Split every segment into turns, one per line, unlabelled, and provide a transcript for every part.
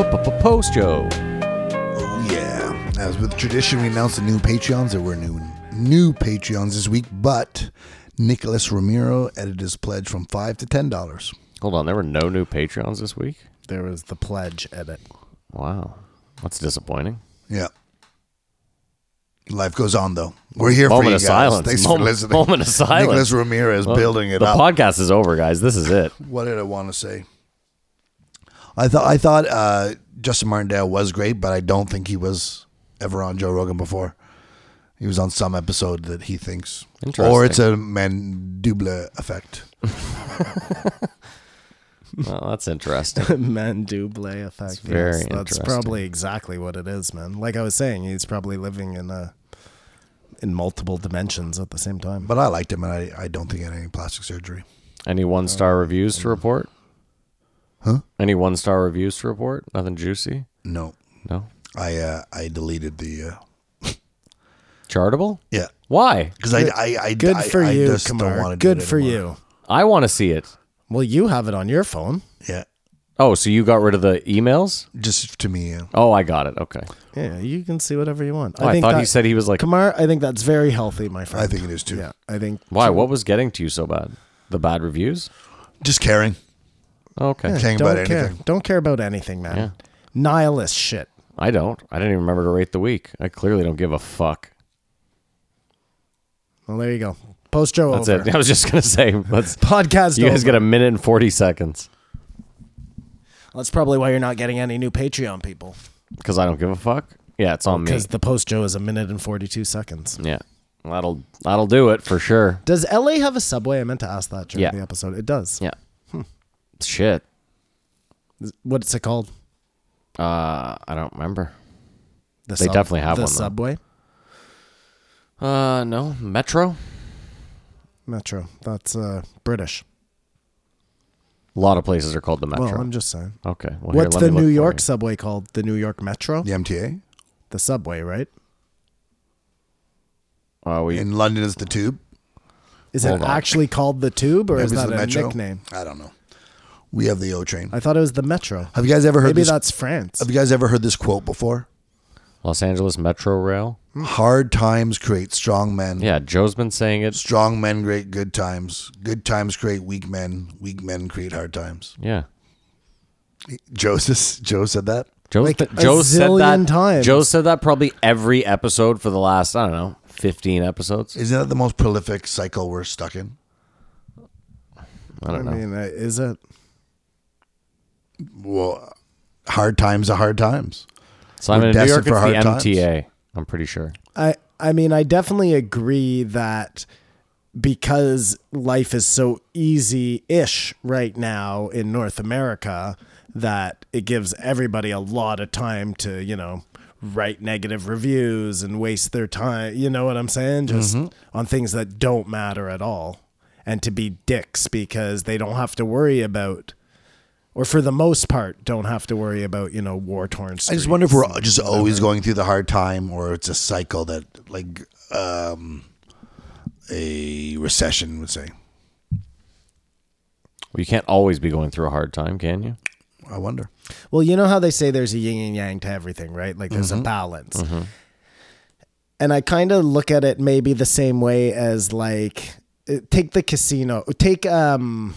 Host Joe.
Oh yeah. As with tradition, we announced the new Patreons. There were new new Patreons this week, but Nicholas Ramiro edited his pledge from five to ten dollars.
Hold on, there were no new Patreons this week?
There was the pledge edit.
Wow. That's disappointing.
Yeah. Life goes on though. We're here for
Moment
you
of
guys.
silence.
Thanks
Moment-
for listening.
moment of silence.
Nicholas Ramirez building it
the
up.
podcast is over, guys. This is it.
what did I want to say? I thought I thought uh, Justin Martindale was great, but I don't think he was ever on Joe Rogan before. He was on some episode that he thinks, or it's a mandible effect.
Well, that's interesting.
Mandible effect. It's
very
That's
interesting.
probably exactly what it is, man. Like I was saying, he's probably living in a in multiple dimensions at the same time.
But I liked him, and I, I don't think he had any plastic surgery.
Any one star reviews to report? Huh? Any one star reviews to report? Nothing juicy?
No,
No.
I uh, I deleted the uh,
Charitable?
yeah
Why?
because I I, I
Good
I-
for
I
you,
just don't want
Kamar.
to
Good for you.
I want to see it.
Well, you have it on your phone.
yeah
Oh, so you got rid of the emails?
just to me yeah.
Oh, I got it. Okay.
Yeah, you can see whatever you want.
Oh, I, thought he said he was like,
Kamar. I think that's very healthy, my friend.
I think it is too
Yeah, I think.
why? What was getting to you so bad? The bad reviews? Oh,
just caring
Okay.
caring
Don't
about
care.
anything
Don't care about anything, man.
Yeah.
Nihilist shit.
I don't. I didn't even remember to rate the week. I clearly don't give a fuck.
Well, there you go. Post Joe
That's
over.
it. I was just gonna say, let's.
Podcast.
You guys
over.
get a minute and forty seconds
That's probably why you're not getting any new Patreon people.
because I don't give a fuck. Yeah, it's on me.
Because the post Joe is a minute and 42 seconds.
Yeah, that'll that'll do it for sure.
Does LA have a subway? I meant to ask that during
Yeah.
the episode. It does.
Yeah.
Hmm.
Shit.
What's it called?
Uh, I don't remember.
The
They definitely have
the
one, though.
subway
Uh, no. Metro.
metro. That's uh, British.
A lot of places are called the Metro.
Well, I'm just saying.
okay. Well, here,
What's
let
the
me look
New
for
York
you.
subway called? The New York Metro.
the MTA
The subway, right?
Uh, we,
in London is the tube
Is
Hold
it
on.
actually called the Tube, or
Maybe
is
it's
that
the
a
Metro. Uh,
nickname?
I don't know we have the O train
I thought it was the Metro.
have you guys ever heard
Maybe
this
that's France.
have you guys ever heard this quote before
Los Angeles Metro Rail.
Hmm. hard times create strong men
Yeah, Joe's been saying it.
strong men create good times good times create weak men weak men create hard times
Yeah.
Joseph Joe said that
Joe,
Like
th-
a
Joe said
zillion
that.
times.
Joe said that probably every episode for the last I don't know fifteen episodes.
Isn't that the most prolific cycle we're stuck in?
I
I
don't know.
mean, uh, is it?
Well, hard times are hard times.
So I'm
We're
in New York.
destined
It's the
for hard times.
MTA. I'm pretty sure.
I I mean I definitely agree that because life is so easy ish right now in North America that it gives everybody a lot of time to, you know, write negative reviews and waste their time, you know what I'm saying? Just
Mm-hmm.
on things that don't matter at all and to be dicks because they don't have to worry about or for the most part don't have to worry about, you know, war torn
I
streets.
just wonder if we're just always going through the hard time, or it's a cycle that, like, um, a recession would say.
Well, you can't always be going through a hard time, can you?
I wonder.
Well, you know how they say there's a yin and yang to everything, right? Like there's a balance. And I kind of look at it maybe the same way as like uh, take the casino, take um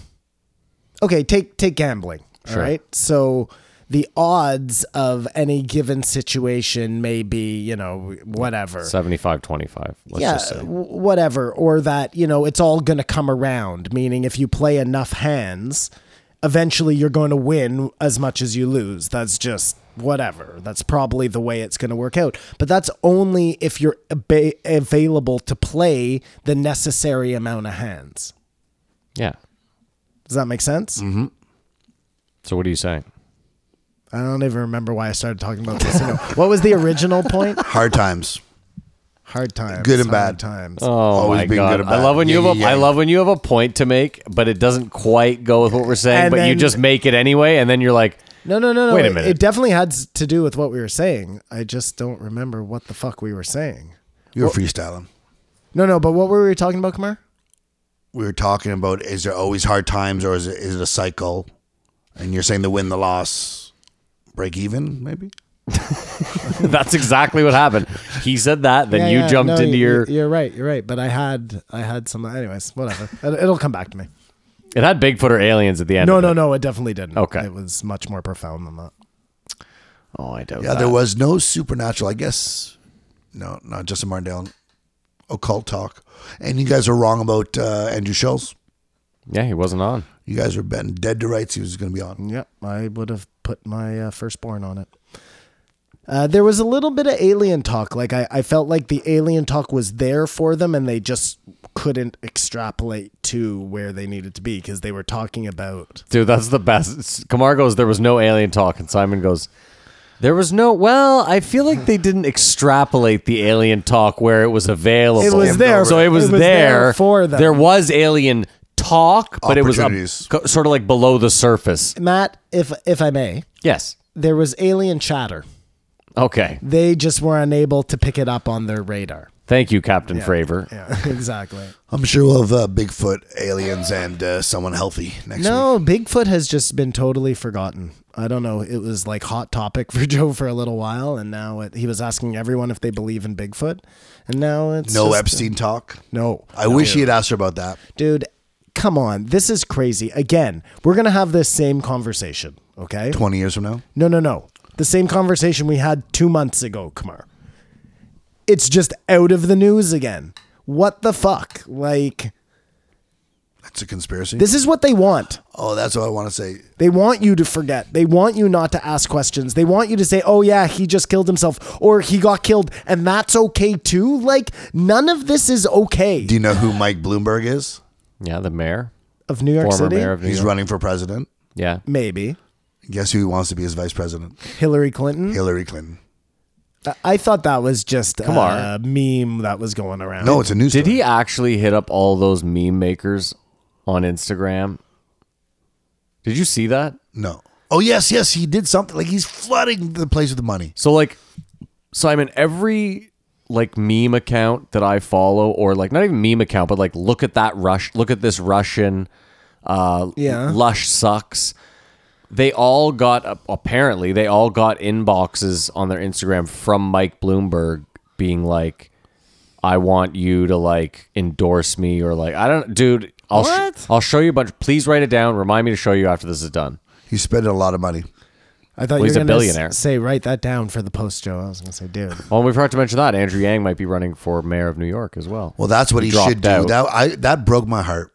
okay, take take gambling, all right? So the odds of any given situation may be, you know, whatever
75 25. Let's just say.
w- whatever, or that you know it's all going to come around. Meaning, if you play enough hands, eventually you're going to win as much as you lose. That's just whatever. That's probably the way it's going to work out. But that's only if you're ab- available to play the necessary amount of hands.
Yeah.
Does that make sense?
So what are you saying?
I don't even remember why I started talking about this. what was the original point?
Hard times.
Hard times,
Good and
hard
bad.
times.
Oh
Always
my
being
god.
good about
I love when
it.
you have a,
Yeah, yeah,
I
yeah.
love when you have a point to make, but it doesn't quite go with what we're saying,
And
but you
then-
just make it anyway and then you're like,
No, no, no, no.
Wait a
It-
minute.
It definitely had s- to do with what we were saying. I just don't remember what the fuck we were saying.
You're freestyling.
No, no, but what were we talking about, Kamar?
We were talking about is there always hard times, or is it, is it a cycle? And you're saying the win, the loss, break even, maybe.
That's exactly what happened. He said that, then
Yeah,
you
yeah,
jumped
no,
into
you-
your.
You're right. You're right. But I had I had some. Anyways, whatever. It- It'll come back to me.
It had Bigfoot or aliens at the end.
No,
of
no,
it.
no. It definitely didn't.
Okay.
It was much more profound than that.
Oh, I doubt
Yeah,
that.
there
Uh,
was no supernatural. I guess no, not just a Martindale occult talk. And you guys are wrong about uh, Andrew Schultz.
Yeah, he wasn't on.
You guys are betting dead to rights he was going to be on.
Yep, I would have put my uh, firstborn on it. Uh, there was a little bit of alien talk. Like I, I felt like the alien talk was there for them, and they just couldn't extrapolate to where they needed to be because they were talking about.
Dude, that's the best. It's- Kamar goes, there was no alien talk, and Simon goes, there was no. Well, I feel like they didn't extrapolate the alien talk where it was available.
It was there.
so it was, there.
for them.
There was alien talk, but it was up,
Opportunities.
co- sort of like below the surface.
Matt, if if I may,
Yes.
there was alien chatter.
Okay.
They just were unable to pick it up on their radar.
Thank you, Captain Fravor.
Yeah, exactly.
I'm sure we'll have uh, Bigfoot, aliens, and uh, someone healthy next week.
No, Bigfoot has just been totally forgotten. I don't know. It was like hot topic for Joe for a little while, and now it, he was asking everyone if they believe in Bigfoot, and now it's
No
just-
Epstein talk.
No,
I wish he had asked her about that.
dude, come on, this is crazy. Again, we're gonna have this same conversation, okay?
20 years from now.
No, no, no. The same conversation we had two months ago, Kumar. It's just out of the news again. What the fuck? Like,
That's a conspiracy.
this is what they want.
oh, that's what I want to say.
They want you to forget. They want you not to ask questions. They want you to say, oh, yeah, he just killed himself or he got killed and that's okay too. Like, none of this is okay.
Do you know who Mike Bloomberg is?
Yeah, the mayor.
of New York
Former
City?
mayor of New
He's
York.
running for president.
Yeah.
Maybe.
Guess who he wants to be his vice president?
Hillary Clinton?
Hillary Clinton.
I- I thought that was just
Kumar.
a meme that was going around.
No, it's a news
Did
story.
he actually hit up all those meme makers on Instagram? Did you see that?
No. Oh, yes, yes, he did something. Like he's flooding the place with money.
So like Simon, every like meme account that I follow, or like not even meme account, but like look at that rush look at this Russian uh
Yeah.
lush sucks. They all got apparently they all got inboxes on their Instagram from Mike Bloomberg being like I want you to like endorse me or like I don't dude I'll sh-
What?
I'll show you a bunch please write it down remind me to show you after this is done.
He's spending a lot of money.
I
Well,
thought you
he's
were
a
going
billionaire.
to say, write that down for the post, Joe. I was going to say, dude.
Well, we forgot to mention that Andrew Yang might be running for mayor of New York as well.
Well, that's what he, should
dropped out.
do. That I that broke my heart.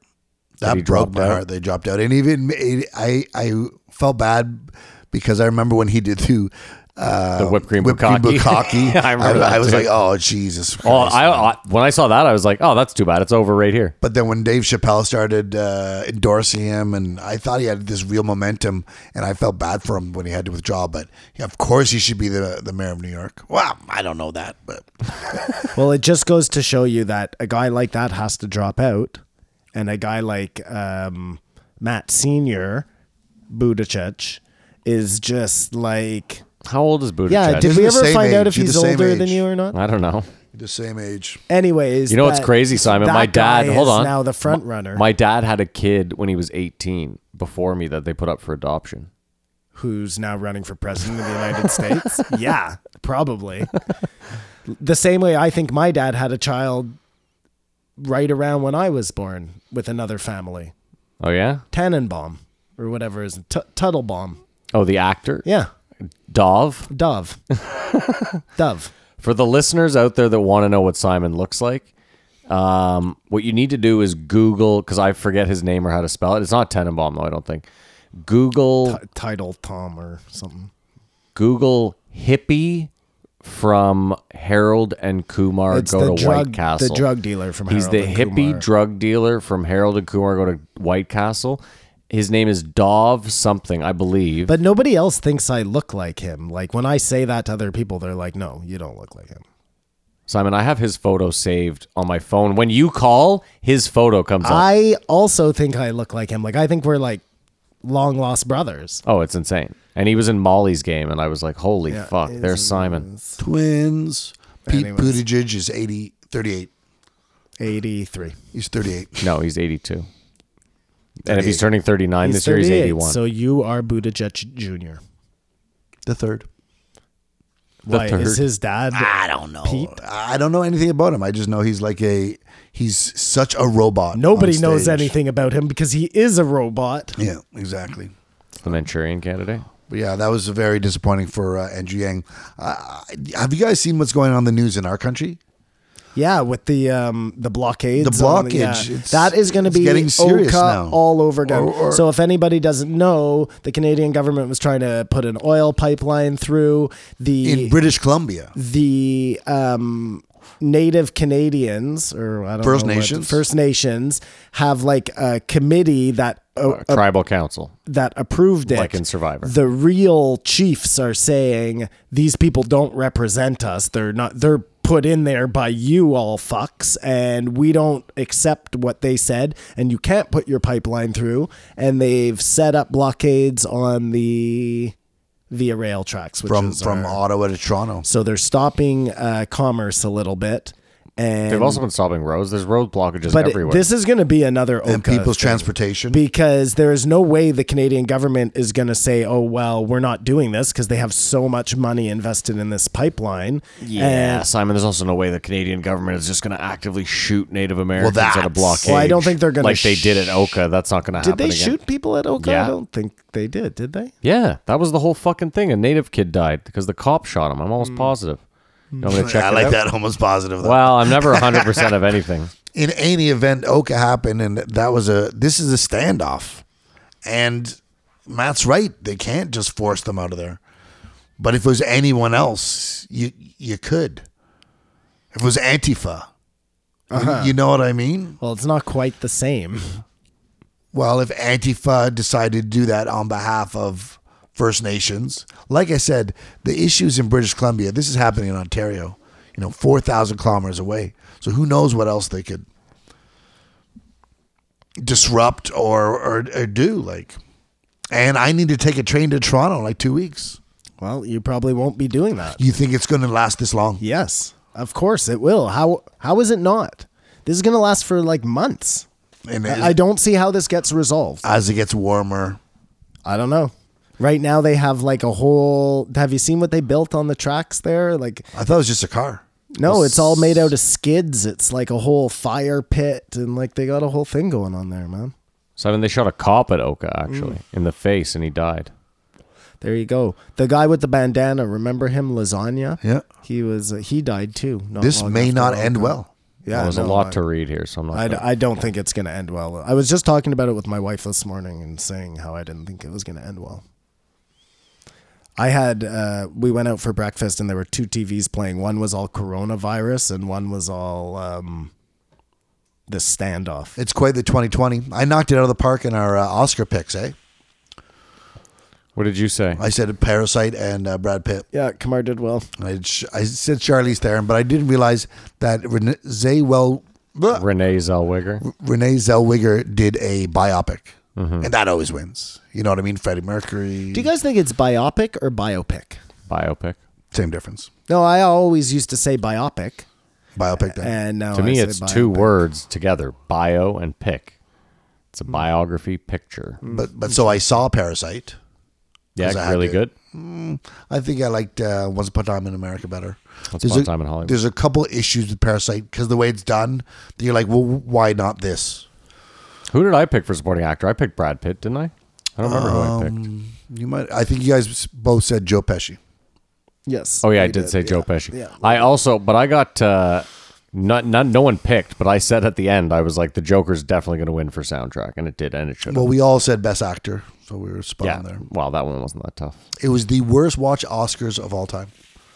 That
he
broke
dropped
my
out?
heart. They dropped out, and even it, I I felt bad because I remember when he did the uh,
The whipped cream bukkake.
bukkake.
I remember that
I, was
too.
like, oh Jesus.
Oh,
Christ.
I, I when I saw that, I was like, "Oh, that's too bad. It's over right here."
but then when Dave Chappelle started uh, endorsing him, and I thought he had this real momentum, and I felt bad for him when he had to withdraw. But yeah, of course, he should be the the mayor of New York. Well, I don't know that, but
Well, it just goes to show you that a guy like that has to drop out, and a guy like um, Matt Senior, Budicic, is just like,
How old is Buttigieg?
yeah. Did
He's
we
the
ever
same
find
age.
out if
He's
he's
the same
older than
age.
you or not?
I don't know.
the same age.
Anyways,
You know what's
that-
crazy, Simon?
that
My dad.
guy
Hold
is
on.
Now the front
My-
runner,
My dad had a kid when he was 18 before me that they put up for adoption.
who's now running for president of the United States. Yeah, probably. the same way I think my dad had a child right around when I was born with another family.
Oh yeah.
Tannenbaum or whatever is T- Tuttlebaum.
Oh, the actor.
Yeah,
Dov.
Dove. Dove.
For the listeners out there that want to know what Simon looks like, um, what you need to do is Google because I forget his name or how to spell it. It's not Tenenbaum though. I don't think. Google
T- title Tom or something.
Google hippie from Harold and Kumar
It's
go
the
to
drug
White Castle.
the drug dealer from
He's
Harold
the
and
hippie
Kumar.
drug dealer from Harold and Kumar go to White Castle. His name is Dov something, I believe.
But nobody else thinks I look like him. Like when I say that to other people, they're like, "No, you don't look like him."
Simon, I have his photo saved on my phone. When you call, his photo comes up.
I also think I look like him. Like I think we're like long lost brothers.
Oh, it's insane. And he was in Molly's game, and I was like, holy fuck, there's Simon.
Twins. Pete
Anyways.
Buttigieg is 80, 38.
Eighty three.
He's 38.
No, he's 82. And if he's turning 39 this year, he's 81.
So you are Buttigieg Jr.
The third.
The
Why,
third. Ah,
is his dad?
I don't know.
Pete?
I don't know anything about him. I just know he's like a he's such a robot.
Nobody
on
knows
stage.
anything about him because he is a robot.
Yeah, exactly.
the Manchurian candidate.
But yeah, that was very disappointing for uh, Andrew Yang. Uh, have you guys seen what's going on in the news in our country?
Yeah, with the um the blockades.
The
on yeah.
blockage, it's-
that is going to
it's
be
getting serious
Oka
now.
all over again.
Or- or-
so if anybody doesn't know, the Canadian government was trying to put an oil pipeline through the
In British Columbia.
the um, Native Canadians or I don't
First
know what-
Nations?
First Nations have like a committee that uh,
Uh, tribal council.
that approved it.
Like in Survivor.
the real chiefs are saying these people don't represent us. They're not. They're put in there by you all fucks, and we don't accept what they said. And you can't put your pipeline through. And they've set up blockades on the via rail tracks, which
From
is
from
our-
Ottawa to Toronto.
so they're stopping uh, commerce a little bit, and
They've also been stopping roads. There's road blockages
but it-
everywhere.
this is going to be another Oka
And people's
thing,
transportation.
because there is no way the Canadian government is going to say, "Oh well, we're not doing this" because they have so much money invested in this pipeline.
yeah,
And-
Simon. There's also no way the Canadian government is just going to actively shoot Native Americans at a
that's-
blockade.
well, I don't think they're going
like
to
they did at Oka. That's not going to happen.
Did they
again.
shoot people at Oka?
Yeah.
I don't think they did. Did they?
Yeah, that was the whole fucking thing. A Native kid died because the cop shot him. I'm almost positive. You want me to check
Hmm. I
it
like
out?
that almost positive. though.
Well, I'm never 100 percent of anything.
in any event, Oka happened, and that was a this is a standoff, and Matt's right. They can't just force them out of there. But if it was anyone else, you you could. If it was Antifa, you- you know what I mean.
Well, it's not quite the same.
Well, if Antifa decided to do that on behalf of First Nations, like I said, the issues in British Columbia. This is happening in Ontario. You know, four thousand kilometers away. So who knows what else they could disrupt or, or or do? Like, and I need to take a train to Toronto in like two weeks.
Well, you probably won't be doing that.
You think it's going to last this long?
Yes, of course it will. How how is it not? This is going to last for like months.
And
I I don't see how this gets resolved.
as it gets warmer,
I don't know. Right now they have like a whole have you seen what they built on the tracks there? Like
I thought it was just a car.
no, it's all made out of skids. It's like a whole fire pit and like they got a whole thing going on there, man.
Simon, they shot a cop at Oka actually in the face, and he died.
There you go. The guy with the bandana, remember him, Lasagna?
Yeah.
He was uh, he died too. not
This
long
may
after
not
Hong
end
Kong.
well.
Yeah.
There's a
no,
lot
I-
to read here, so I'm not.
I,
gonna-
I don't think it's going to end well. I was just talking about it with my wife this morning and saying how I didn't think it was going to end well. I had, uh, we went out for breakfast and there were two TVs playing. One was all coronavirus and one was all um, the standoff.
It's quite the 2020. I knocked it out of the park in our uh, Oscar picks, eh?
what did you say?
I said Parasite and uh, Brad Pitt.
Yeah, Kamar did well.
I, I said Charlize Theron, but I didn't realize that Renee, Zay well, bleh,
Renee Zellweger.
Renee Zellweger did a biopic,
Mm-hmm.
and that always wins. You know what I mean? Freddie Mercury.
Do you guys think it's biopic or biopic?
Biopic.
same difference?
No, I always used to say biopic.
Biopic. Then.
And now
to
I
me,
say
it's two
biopic.
words together: bio and pic. It's
Mm.
a biography picture.
but but so I saw Parasite.
Yeah,
'Cause Mm. I had
really
to-
good.
I think I liked uh, Once Upon a Time in America better.
Once
There's
upon a
a-
time in Hollywood.
There's a couple issues with Parasite because the way it's done, that you're like, well, why not this?
Who did I pick for supporting actor? I picked Brad Pitt, didn't I? I don't remember
Um,
who I picked.
You might. I think you guys both said Joe Pesci.
Yes.
Oh yeah, I
we
did, say Joe
yeah.
Pesci.
Yeah.
I also, but I got uh, not, not no one picked, but I said at the end, I was like, the Joker's definitely going to win for soundtrack, and it did, and it should.
Well, we all said Best Actor, so we were spot
yeah.
on there.
Wow, that one wasn't that tough.
It was the worst watch Oscars of all time.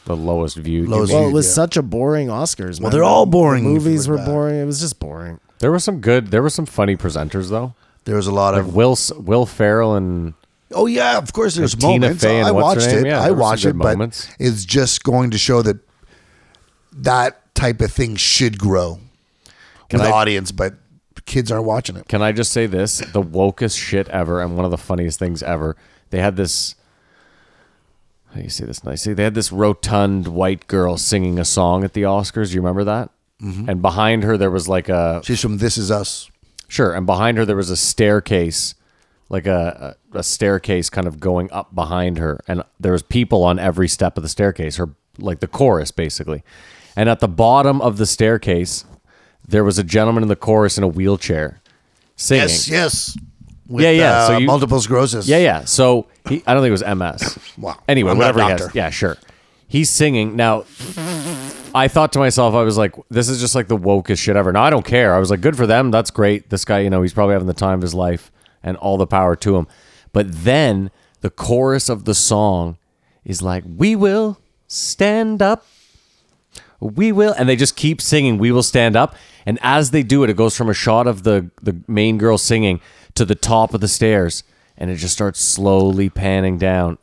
The lowest view.
Lowest
Well, it
viewed,
was
yeah.
such a boring Oscars. man.
they're all boring
The
if you
movies
look
were
back.
boring. It was just boring.
There were some good. There were some funny presenters though.
There was a lot of
Will S- Will Ferrell and
oh yeah, of course. There's
Tina
moments.
Fey and
I
what's her
watched
name?
it.
Yeah,
I
there were some
watched
good
it, but
moments.
it's just going to show that that type of thing should grow
Can
with
I-
the audience, but kids aren't watching it.
Can I just say this? The wokest shit ever, and one of the funniest things ever. They had this. How do you say this nicely? They had this rotund white girl singing a song at the Oscars. You remember that? And behind her there was like a
She's from This Is Us.
sure, and behind her there was a staircase like a, a a staircase kind of going up behind her, and there was people on every step of the staircase. Her like the chorus basically, and at the bottom of the staircase, there was a gentleman in the chorus in a wheelchair singing.
Yes, yes. With,
Yeah, yeah, so
uh,
you-
multiple sclerosis.
Yeah, yeah. So he, I don't think it was MS.
Wow.
Anyway,
I'm not a
whatever he has.
doctor.
Yeah, sure. He's singing now. I thought to myself, I was like, this is just like the wokest shit ever. Now I don't care. I was like, good for them. That's great. This guy, you know, he's probably having the time of his life, and all the power to him. But then the chorus of the song is like, "We will stand up." we will and they just keep singing we will stand up and as they do it it goes from a shot of the the main girl singing to the top of the stairs and it just starts slowly panning down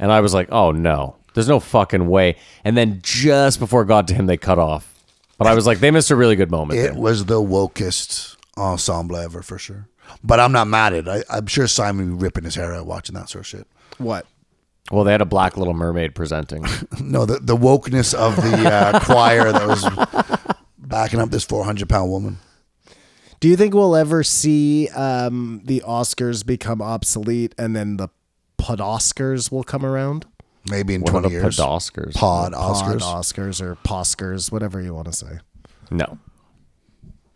and i was like oh no there's no fucking way and then just before it got to him they cut off but i was like they missed a really good moment
It
there.
was the wokest ensemble ever for sure. But I'm not mad at it. I, I'm sure Simon would be ripping his hair out watching that sort of shit.
What?
well they had a black little mermaid presenting
No, the, the wokeness of the uh, choir that was backing up this 400 pound woman.
Do you think we'll ever see um, the Oscars become obsolete and then the pod Oscars will come around?
Maybe in
one of
20
the
years.
Oscars.
Pod
Pod
Oscars.
Oscars or Poscars, whatever you want to say.
no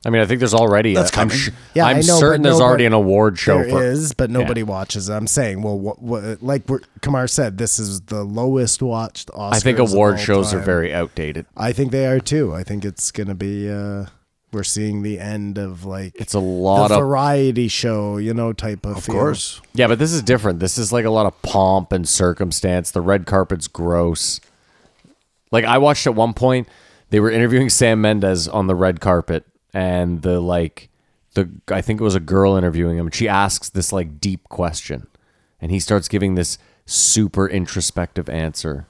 i mean i think there's already
That's
a, i'm,
coming.
sh-
Yeah,
I'm
I know,
certain
but
there's
no,
already
but
an award show
There is,
for
but nobody watches. I'm saying, well, what, what, like we're, Kamar said, this is the lowest watched Oscars.
i think
of
award
all
shows are
time.
very outdated
I think they are too. I think it's going to be. Uh, we're seeing the end of like
it's a lot
the
of
variety show, you know, type of.
Of course.
Yeah, but this is different. This is like a lot of pomp and circumstance. The red carpet's gross. Like I watched at one point, they were interviewing Sam Mendes on the red carpet, and the like, the I think it was a girl interviewing him. and She asks this like deep question, and he starts giving this super introspective answer,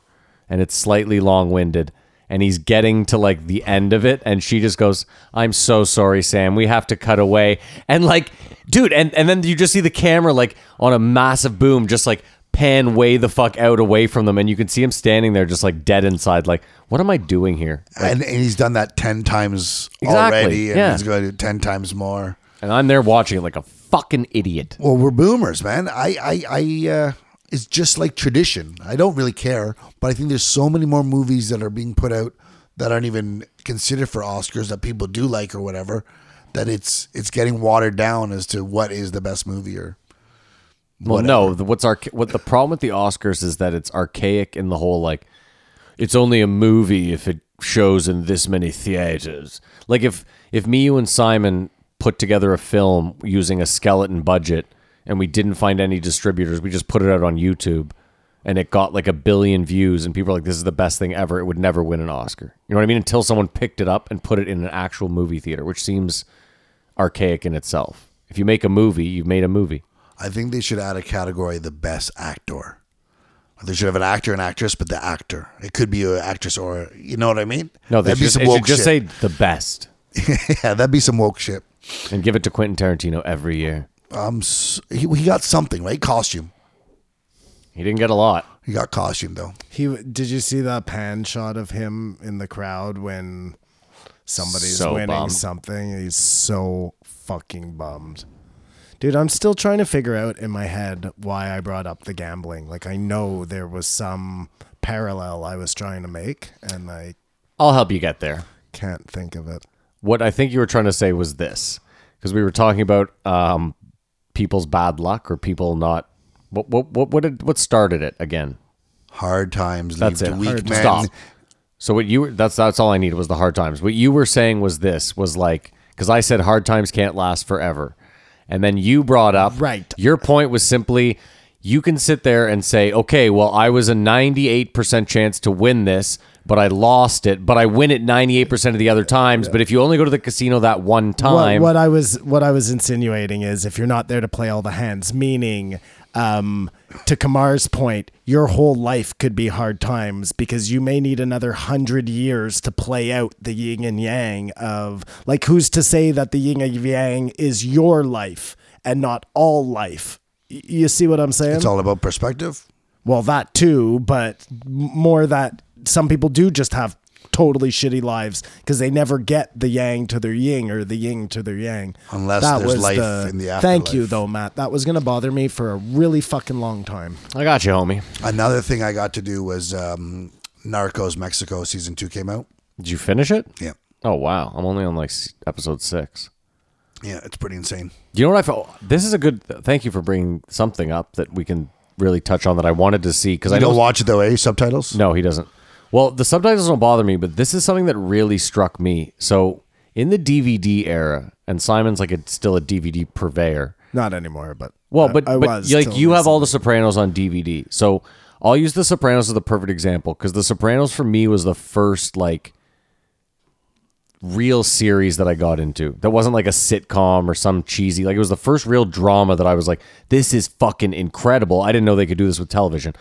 and it's slightly long winded. And he's getting to like the end of it, and she just goes, "I'm so sorry, Sam. We have to cut away." And like, dude, and and then you just see the camera like on a massive boom, just like pan way the fuck out away from them and you can see him standing there just like dead inside like what am i doing here
and, and he's done that 10 times
Exactly,
already. And
yeah.
he's going to do 10 times more.
and i'm there watching it like a fucking idiot
Well, we're boomers, man. I, I, I, uh, it's just like tradition. I don't really care, but I think there's so many more movies that are being put out that aren't even considered for Oscars that people do like or whatever. That it's it's getting watered down as to what is the best movie or
well no the, what's our what the problem with the oscars is that it's archaic in the whole like it's only a movie if it shows in this many theaters like if if me you and simon put together a film using a skeleton budget and we didn't find any distributors we just put it out on youtube and it got like a billion views and people are like this is the best thing ever it would never win an oscar you know what i mean until someone picked it up and put it in an actual movie theater which seems archaic in itself if you make a movie you've made a movie
I think they should add a category the best actor. They should have an actor and actress, but the actor. It could be an actress or you know what I mean?
No, they
that'd
should,
be
it
some
should
woke
just say
shit.
the best
yeah, that'd be some woke shit.
and give it to Quentin Tarantino every year.
Um, s- he, he got something right. Costume.
He didn't get a lot.
He got costume though.
He did you see that pan shot of him in the crowd when somebody's
So
winning
bummed.
something? He's so fucking bummed. Dude, I'm still trying to figure out in my head why I brought up the gambling. Like I know there was some parallel I was trying to make and I
I'll help you get there.
can't think of it.
What I think you were trying to say was this because we were talking about um, people's bad luck or people not. What what what what, did, what started it again?
Hard times
That's
lead
it.
to weak
Hard
men.
times. Stop. So what you were- that's that's all I needed was the hard times. What you were saying was this was like because I said hard times can't last forever, and then you brought up
Right.
Your point was simply you can sit there and say, okay, well I was a ninety eight percent chance to win this, but I lost it, but I win it ninety eight percent of the other times. But if you only go to the casino that one
What,
time,
what I was what I was insinuating is if you're not there to play all the hands, meaning um, to Kamar's point, your whole life could be hard times because you may need another hundred years to play out the yin and yang of like who's to say that the yin and yang is your life and not all life. Y- You see what I'm saying?
It's all about perspective.
well, that too, but m- more that some people do just have totally shitty lives because they never get the yang to their yin or the yin to their yang.
Unless there's life in the
Thank you,
afterlife.
though, Matt. That was going to bother me for a really fucking long time.
I got you, homie.
Another thing I got to do was um, Narcos Mexico season two came out.
Did you finish it?
Yeah,
Oh wow, I'm only on like s- episode six.
yeah, it's pretty insane.
Do you know what I felt? This is a good. Thank you for bringing something up that we can really touch on that I wanted to see because I
You
know
don't watch it though, eh? Subtitles?
No, he doesn't. Well, the subtitles don't bother me, but this is something that really struck me. So, in the DVD era, and Simon's like it's still a DVD purveyor.
Not anymore, but
Well,
I-
but,
I
but
was
like
till
you have all the Sopranos on DVD. So, I'll use the Sopranos as the perfect example because the Sopranos for me was the first like real series that I got into. That wasn't like a sitcom or some cheesy. Like it was the first real drama that I was like, this is fucking incredible. I didn't know they could do this with television.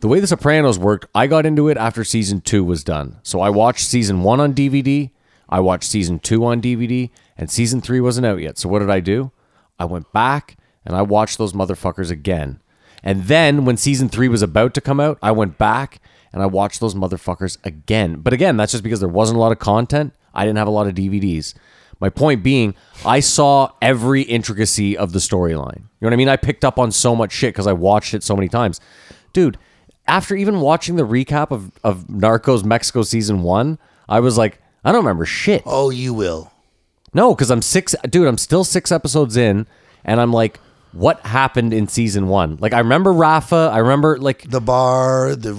The way The Sopranos worked, I got into it after season two was done. So I watched season one on DVD. I watched season two on DVD, and season three wasn't out yet. So what did I do? I went back and I watched those motherfuckers again. And then when season three was about to come out, I went back and I watched those motherfuckers again. But again, that's just because there wasn't a lot of content. I didn't have a lot of DVDs. My point being, I saw every intricacy of the storyline. You know what I mean? I picked up on so much shit because I watched it so many times. Dude, after even watching the recap of, of Narcos Mexico season one, I was like, I don't remember shit.
Oh, you will.
No, because I'm six, dude. I'm still six episodes in, and I'm like, what happened in season one? Like, I remember Rafa. I remember like,
The bar, the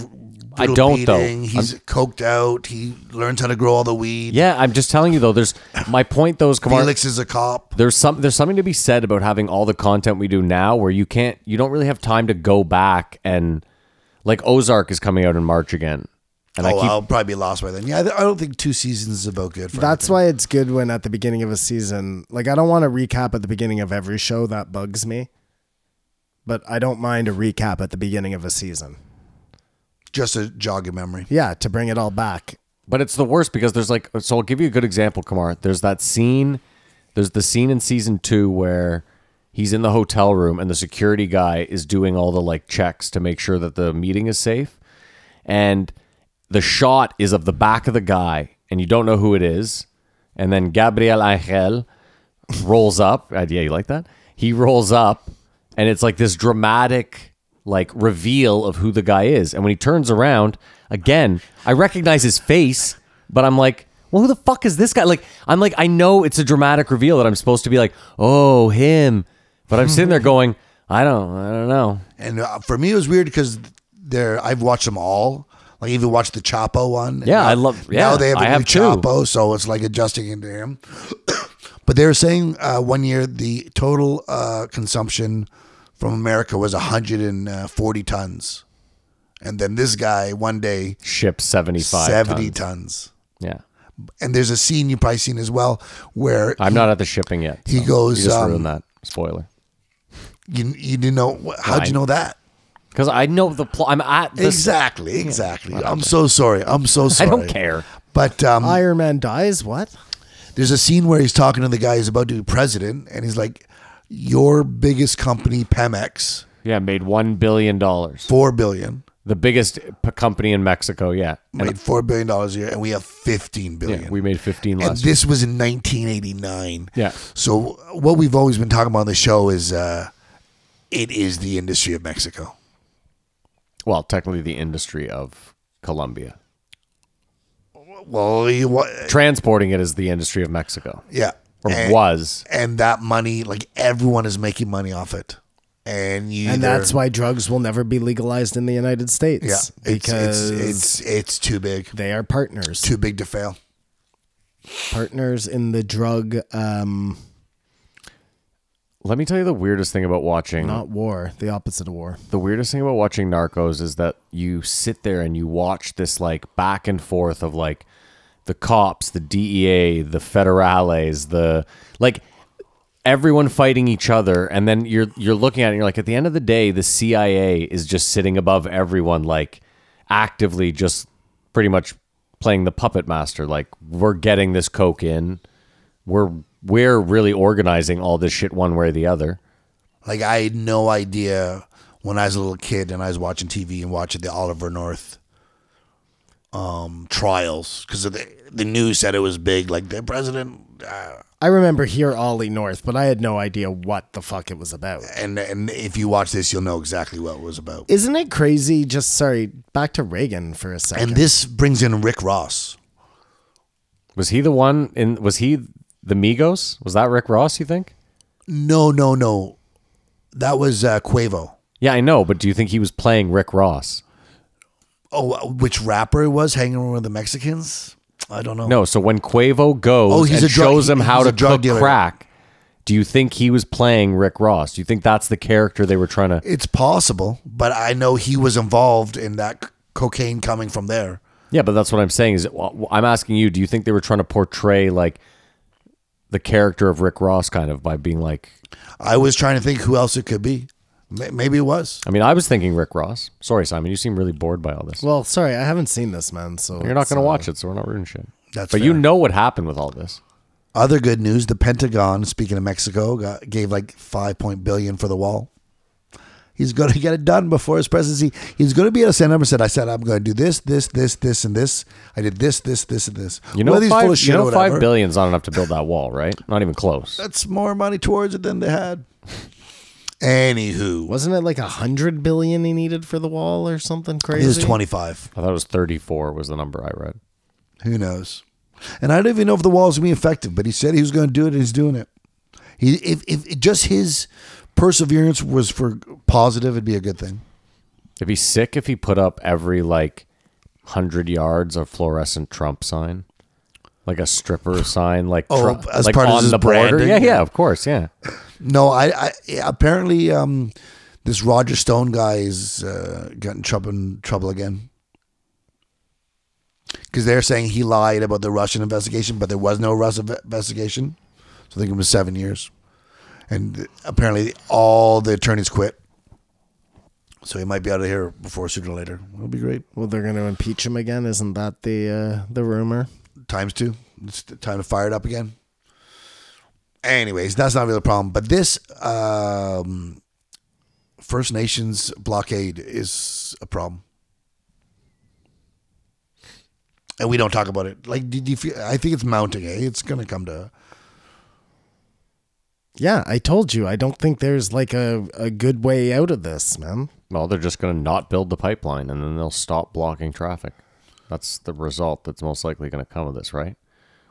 I
brutal
don't, though.
beating, He's coked out. He learns how to grow all the weed.
yeah. I'm just telling you though. There's my point though is Kamar.
Felix is a cop.
there's some there's something to be said about having all the content we do now, where you can't, you don't really have time to go back and like Ozark is coming out in March again, and I
oh,
keep
I'll probably be lost by then. Yeah, I th- I don't think two seasons is about good. For
That's why it's good when at the beginning of a season, like I don't want to recap at the beginning of every show. That bugs me. But I don't mind a recap at the beginning of a season.
just a jog of memory.
Yeah, to bring it all back.
But it's the worst because there's like so I'll give you a good example, Kamar. There's that scene there's the scene in season two where he's in the hotel room and the security guy is doing all the like checks to make sure that the meeting is safe. And the shot is of the back of the guy and you don't know who it is. And then Gabriel Angel rolls up. Uh, Yeah, you like that? He rolls up, and it's like this dramatic like reveal of who the guy is. And when he turns around, again, I recognize his face, but I'm like, well, who the fuck is this guy? Like, I'm like, I know it's a dramatic reveal that I'm supposed to be like, oh, him. But I'm sitting there going, I don't, I don't know.
And uh, for me, it was weird because there I've watched them all. Like even watched the Chapo one. And
Yeah,
now-
I love- yeah,
now they have a
I
new
have too.
Chapo, so it's like adjusting into him. but they were saying uh, one year the total uh, consumption from America was 140 uh, tons, and then this guy one day
Ship 75.
70
70.
tons.
Yeah.
And there's a scene you've probably seen as well where
I'm not at the shipping yet.
he
so
goes,
You just
um,
ruined that. Spoiler.
you you didn't know how'd you
Fine.
know that
Because I know the plot. I'm at the.
exactly exactly. I'm so sorry. I'm so
I
sorry.
don't care.
But um,
Iron Man dies? What?
there's a scene where he's talking to the guy who's about to be president, and he's like, "Your biggest company, Pemex,
Yeah, made $1 billion.
four billion,
the biggest p- company in Mexico. Yeah, and
made four billion dollars a year, and we have fifteen billion.
yeah, we made 15
and
last year.
this was in 1989.
Yeah.
So what we've always been talking about on the show is uh, it is the industry of Mexico.
Well, technically, the industry of Colombia
Well, you, what,
transporting it is the industry of Mexico,
yeah,
or
and,
was.
and that money, like everyone is making money off it, and you
And
either-
that's why drugs will never be legalized in the United States.
yeah,
Because
it's, it's it's it's too big,
they are partners.
too big to fail.
Partners in the drug, um,
Let me tell you the weirdest thing about watching.
not war, the opposite of war.
The weirdest thing about watching Narcos is that you sit there and you watch this like back and forth of like the cops, the DEA, the federales, the like everyone fighting each other and then you're you're looking at it and you're like at the end of the day the CIA is just sitting above everyone like actively just pretty much playing the puppet master like we're getting this coke in we're we're really organizing all this shit one way or the other
Like I had no idea when I was a little kid and I was watching TV and watching the Oliver North um, trials because the the news said it was big. Like the president, uh,
I remember here Ollie North, but I had no idea what the fuck it was about.
and and if you watch this, you'll know exactly what it was about.
Isn't it crazy? Just sorry, back to Reagan for a second.
and this brings in Rick Ross.
Was he the one in? Was he the Migos? Was that Rick Ross? You think?
No, no, no. That was uh, Quavo.
Yeah, I know, but do you think he was playing Rick Ross?
Oh, uh, which rapper it was hanging around with the Mexicans? I don't know.
No. So when Quavo goes
Oh, he's
and
a drug-
shows him
he-
how
he's
to
a drug
cook
dealer.
crack, do you think he was playing Rick Ross? Do you think that's the character they were trying to?
It's possible, but I know he was involved in that c- cocaine coming from there.
Yeah, but that's what I'm saying. Is well, I'm asking you, do you think they were trying to portray like the character of Rick Ross, kind of by being like?
I was trying to think who else it could be. May- Maybe it was.
I mean, I was thinking Rick Ross. Sorry, Simon, you seem really bored by all this.
well, sorry, I haven't seen this man, so
You're not
it's,
going to
uh,
watch it, so we're not rooting shit.
That's
but you
fair.
know what happened with all this.
Other good news: the Pentagon, speaking of Mexico, got, gave like five point billion for the wall. He's going to get it done before his presidency. He's going to be able to stand up and said, "I said I'm going to do this, this, this, this, and this. I did this, this, this, and this."
You know,
Whether he's
five,
full of shit
you
or
know
whatever,
five billion's not enough to build that wall, right? Not even close.
That's more money towards it than they had. Anywho,
Wasn't it like a hundred billion he needed for the wall or something
this
crazy?
is twenty five.
I thought it was 34 was the number I read.
Who knows? And I don't even know if the wall is going to be effective, but he said he was going to do it and he's doing it. He, if, if just his perseverance was for positive, it'd be a good thing.
It'd be sick if he put up every like 100 yards a fluorescent Trump sign. Like a stripper sign, like
Oh,
Trump,
as
like
part of
on
his
the border.
branding?
Yeah, yeah, of course, yeah.
No, I, I apparently um, this Roger Stone guy is uh, got in trouble, in trouble again. Because they're saying he lied about the Russian investigation, but there was no Russian investigation. So I think it was seven years. And apparently all the attorneys quit. So he might be out of here before sooner or later. It'll be great.
Well, they're going to impeach him again. Isn't that the uh, the rumor?
times two. It's t- time to fire it up again. Anyways, that's not really a problem. But this um, First Nations blockade is a problem, and we don't talk about it. Like, did you feel? I think it's mounting. Eh? It's gonna come to.
Yeah, I told you. I don't think there's like a, a good way out of this, man.
Well, they're just going to not build the pipeline and then they'll stop blocking traffic. That's the result that's most likely going to come of this, right?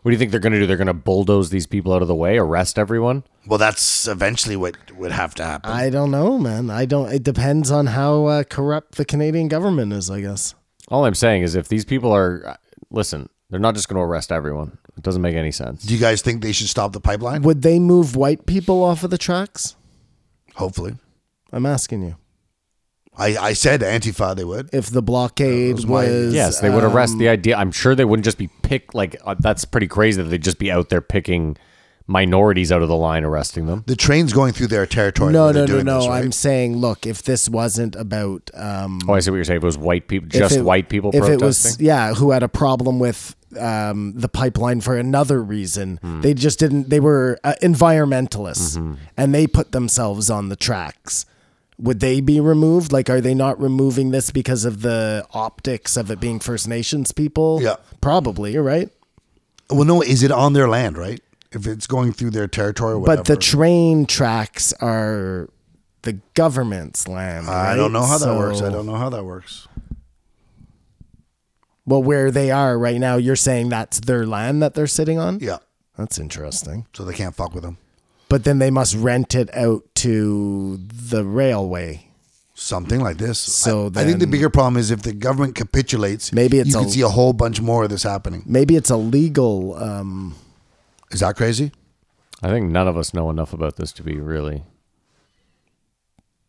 What do you think they're going to do? They're going to bulldoze these people out of the way, arrest everyone?
Well, that's eventually what would have to happen.
I don't know, man. I don't. It depends on how uh, corrupt the Canadian government is, I guess.
All I'm saying is if these people are, uh, listen, they're not just going to arrest everyone. It doesn't make any sense.
Do you guys think they should stop the pipeline?
Would they move white people off of the tracks?
Hopefully,
I'm asking you.
I, I said Antifa they would.
If the blockade
Those white-
was uh,
Yes, they would arrest
um,
the idea. I'm sure they wouldn't just be pick like uh, that's pretty crazy that they'd just be out there picking minorities out of the line, arresting them.
The train's going through their territory.
No,
when they're
no, no,
doing
no.
this, right?
I'm saying, look, if this wasn't about um,
Oh, I see what you're saying. If it was white people,
if
just
it-
white people
if
protesting.
it was yeah, who had a problem with um, the pipeline for another reason.
Hmm.
They just didn't. They were uh, environmentalists, and they put themselves on the tracks. Would they be removed? Like, are they not removing this because of the optics of it being First Nations people?
Yeah.
probably. You're right.
Well, no, is it on their land, right? If it's going through their territory, or whatever.
But the train tracks are the government's land.
I don't
right?
know how that
So-
works. I don't know how that works.
Well, where they are right now, you're saying that's their land that they're sitting on.
Yeah,
That's interesting.
so they can't fuck with them.
But then they must rent it out to the railway.
Something like this.
So
I, I think the
then-
bigger problem is if the government capitulates.
Maybe it's
you can
a-
see a whole bunch more of this happening.
Maybe it's a legal. Um,
Is that crazy?
I think none of us know enough about this to be really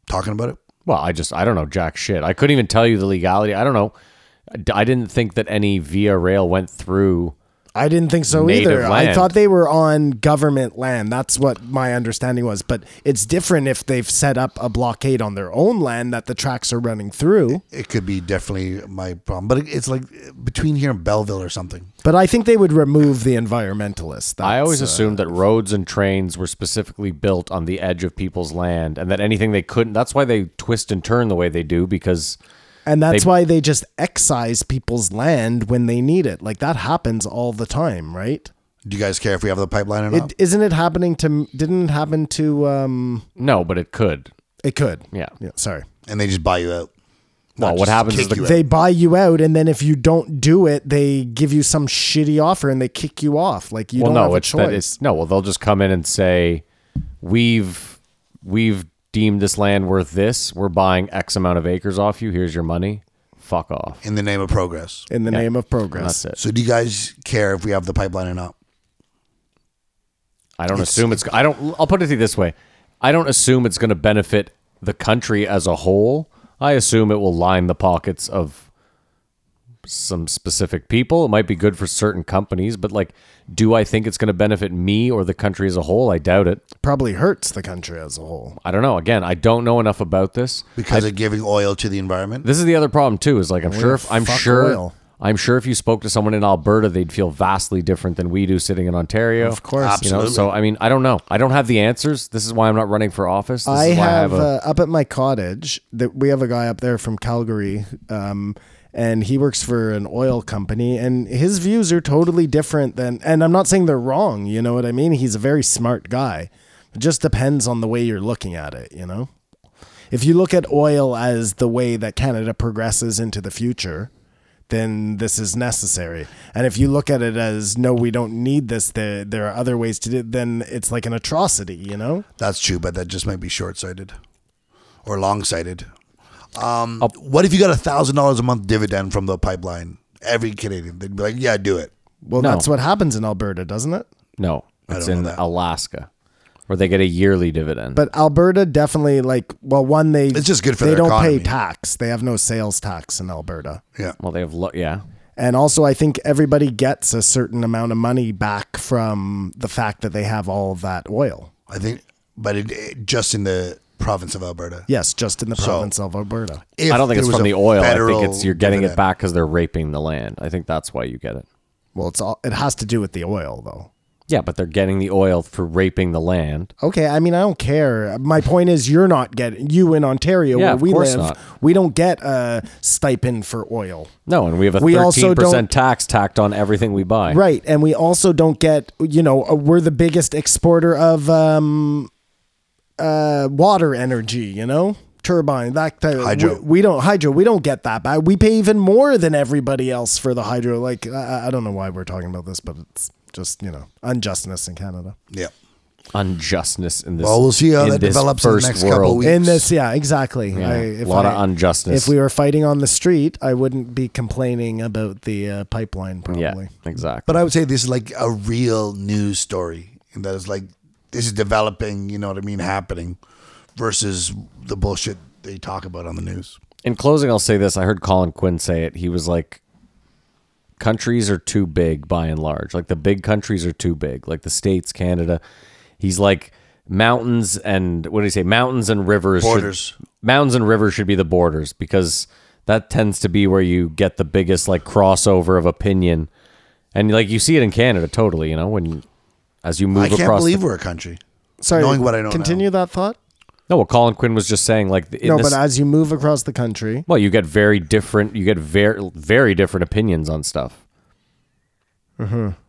Talking about it.
Well, I just I don't know jack shit. I couldn't even tell you the legality. I don't know. I didn't think that any via rail went through.
I didn't think so
Native
either. I
land.
thought they were on government land. That's what my understanding was. But it's different if they've set up a blockade on their own land that the tracks are running through.
It could be definitely my problem, but it- it's like between here and Belleville or something.
But I think they would remove the environmentalists. That's,
I always
uh,
assumed that roads and trains were specifically built on the edge of people's land, and that anything they couldn't. That's why they twist and turn the way they do because
And that's
They-
why they just excise people's land when they need it. Like that happens all the time, right?
Do you guys care if we have the pipeline or
Um,
not?
It isn't it happening to didn't it happen to um
No, but it could.
it could.
Yeah.
Yeah, sorry.
and they just buy you out.
Well,
Not
what
just
happens is
kick
the,
you out.
They buy you out and then if you don't do it, they give you some shitty offer and they kick you off. Like you
well,
don't have
no,
a
it's
choice.
that it's no. Well, they'll just come in and say, "We've we've deemed this land worth this. We're buying X amount of acres off you. Here's your money. Fuck off."
in the name of progress.
in the name of progress.
That's it.
So do you guys care if we have the pipeline or not?
I don't assume it's. I don't. I'll put it to you this way: I don't assume it's going to benefit the country as a whole. I assume it will line the pockets of some specific people. It might be good for certain companies, but like, do I think it's going to benefit me or the country as a whole? I doubt it.
Probably hurts the country as a whole.
I don't know. Again, I don't know enough about this.
Because of giving oil to the environment?
This is the other problem too. Is like I'm sure. If, I'm
fuck
sure.
oil.
I'm sure if you spoke to someone in Alberta, they'd feel vastly different than we do sitting in Ontario. Of
course.
You know, so I mean, I don't know. I don't have the answers. This is why I'm not running for office. This
I
is why
have
I have a,
uh, up at my cottage that we have a guy up there from Calgary, um, and he works for an oil company, and his views are totally different than. And I'm not saying they're wrong. You know what I mean? He's a very smart guy. It just depends on the way you're looking at it. You know, if you look at oil as the way that Canada progresses into the future. Then this is necessary, and if you look at it as no, we don't need this. There, there are other ways to do. Then it's like an atrocity, you know.
That's true, but that just might be short sighted or long sighted. Um,
Oh.
what if you got a thousand dollars a month dividend from the pipeline? Every Canadian, they'd be like, "Yeah, do it."
Well,
No.
that's what happens in Alberta, doesn't it?
no. It's
don't know
in
that.
Alaska, where they get a yearly dividend.
But Alberta definitely like well, one they
It's just good for
they
their
don't
economy.
pay tax. They have no sales tax in Alberta,
Yeah,
well, they have lo- yeah.
and also I think everybody gets a certain amount of money back from the fact that they have all of that oil.
I think, but it, it- just in the province of Alberta.
Yes, just in the province of Alberta.
If
I don't think
there
it's
was
from
a
the oil. I
federal
think it's you're getting it
dividend-
back because they're raping the land. I think that's why you get it.
Well, it's all it has to do with the oil though.
Yeah, but they're getting the oil for raping the land.
Okay, I mean I don't care. My point is you're not getting you in Ontario
Yeah,
where
of
we
course
live.
not.
We don't get a stipend for oil.
No, and we have a
We also
thirteen
don't-
percent tax tacked on everything we buy.
Right, and we also don't get you know uh, we're the biggest exporter of um, uh, water energy. You know, turbine that type.
Hydro.
We, we don't hydro. We don't get that back. We pay even more than everybody else for the hydro. Like I, I- I don't know why we're talking about this, but it's just you know unjustness in Canada.
Yeah,
Unjustness in this.
Well, we'll see how
in
that
this
develops in the
first
next
world.
couple weeks.
In this, yeah, exactly.
Yeah,
I-
a lot of unjustice.
If we were fighting on the street, I wouldn't be complaining about the uh, pipeline. Probably.
yeah, exactly.
but I would say this is like a real news story, and that is like this is developing. You know what I mean? Happening versus the bullshit they talk about on the news.
In closing, I'll say this. I heard Colin Quinn say it. He was like, countries are too big by and large. Like the big countries are too big, like the States, Canada. He's like, mountains and what do you say? Mountains and rivers. should-
Borders.
mountains and rivers should be the borders because that tends to be where you get the biggest like crossover of opinion. And like you see it in Canada totally, you know, when as you move
I can't
across the-
believe we're a country.
Sorry,
knowing what I know.
Continue that thought.
No, well Colin Quinn was just saying like in
No,
this-
but as you move across the country,
Well, you get very different. You get very very different opinions on stuff. Mm-hmm.
Mm-hmm.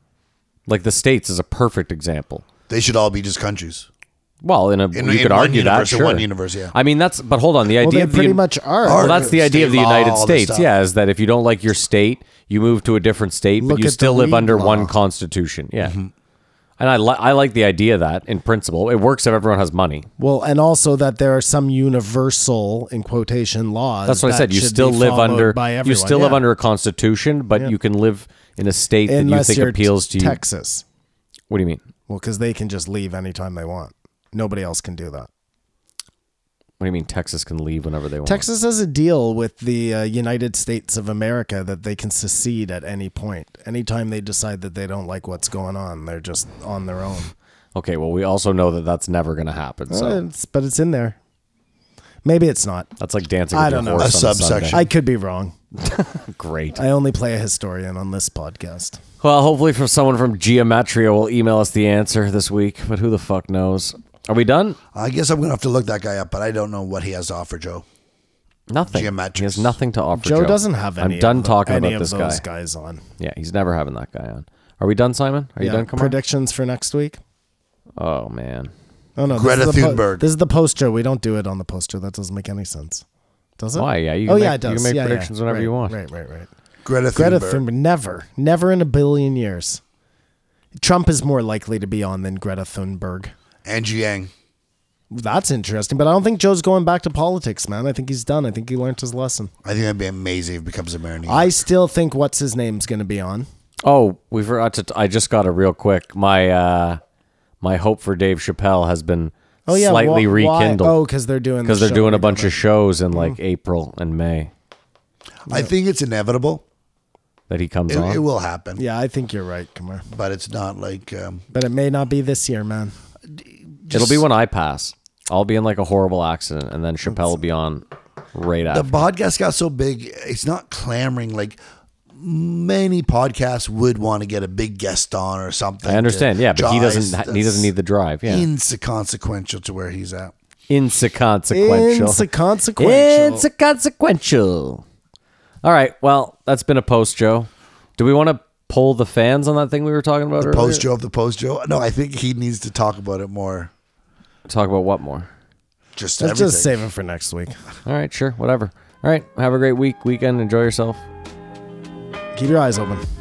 Like the states is a perfect example.
now. they should all be just countries.
Well, in a
In-
you
in
could
one
argue that
universe, in
sure.
one universe, yeah.
I mean that's but hold on the idea
well, they
of the,
pretty much are.
well that's the
State
idea of the
law,
United
all this
States.
stuff.
Yeah, is that if you don't like your state, you move to a different state,
Look
but you
at the
still live
weed
under
law.
one constitution. Yeah.
Mm-hmm.
And I, li- I like the idea of that in principle. It works if everyone has money.
Well, and also that there are some universal, in quotation, laws.
That's what
that
I said. You
should
still
be
live
followed
under
by
you
everyone.
still
yeah.
live under a constitution, but you can live in a state
unless
that you
you're
think appeals to you.
Texas.
What do you mean?
Well, because they can just leave anytime they want. Nobody else can do that.
What do you mean Texas can leave whenever they want?
Texas has a deal with the uh, United States of America that they can secede at any point. Anytime they decide that they don't like what's going on, they're just on their own.
Okay, well we also know that that's never going to happen. So
Uh, it's- but it's in there. Maybe it's not.
that's like dancing
I
with
don't know.
your horse
A
on Sunday.
subsection.
I could be wrong.
Great.
I only play a historian on this podcast.
Well, hopefully from someone from Geometria will email us the answer this week, but who the fuck knows? Are we done?
I guess I'm gonna have to look that guy up, but I don't know what he has to offer, Joe.
Nothing.
Geometrics.
He has nothing to offer.
Joe, doesn't have any.
I'm done
of the-
talking
any
about this
of
guy.
those guys on.
Yeah, he's never having that guy on. Are we done, Simon? Are you
Yeah.
done? Come
Predictions for next week.
Oh man.
Oh no,
Greta
this is the
Thunberg.
this is the poster. We don't do it on the poster. That doesn't make any sense. Does it?
Why? Yeah, you
oh
can
yeah,
make-
it
you
does.
can make
Yeah, yeah.
predictions whenever
Right,
you want.
Right, right, right.
Greta
Greta
Thunberg.
Thunberg. Never, never in a billion years. Trump is more likely to be on than Greta Thunberg.
Angie Yang.
That's interesting, but I don't think Joe's going back to politics, man. I think he's done. I think he learned his lesson.
I think that'd be amazing if he becomes a mayor. in New
I
York.
still think what's his name's going to be on.
Oh, we forgot to. T- I just got it real quick. My uh, my hope for Dave Chappelle has been
Oh yeah,
slightly
wh- why- Oh,
rekindled
because they're doing
because they're doing a bunch of shows in like April and May
I think it's inevitable.
that he comes
It,
on.
it will happen.
Yeah, I think you're right, Kumar.
But it's not like. Um,
But it may not be this year, man.
It'll be when I pass. I'll be in like a horrible accident, and then Chappelle will be on right
the
after.
podcast got so big, it's not clamoring like many podcasts would want to get a big guest on or something.
I understand,
to
yeah, but he
drive
doesn't. ha- He doesn't need the drive. Yeah,
inconsequential to where he's at.
inconsequential.
Inconsequential.
Inconsequential. All right. Well, that's been a post, Joe. Do we want to pull the fans on that thing we were talking about? earlier?
Post Joe of the post Joe. No, I think he needs to talk about it more.
Talk about what more?
Just
Let's
everything.
just save it for next week.
All right, sure, whatever. All right, have a great week, weekend. Enjoy yourself.
Keep your eyes open.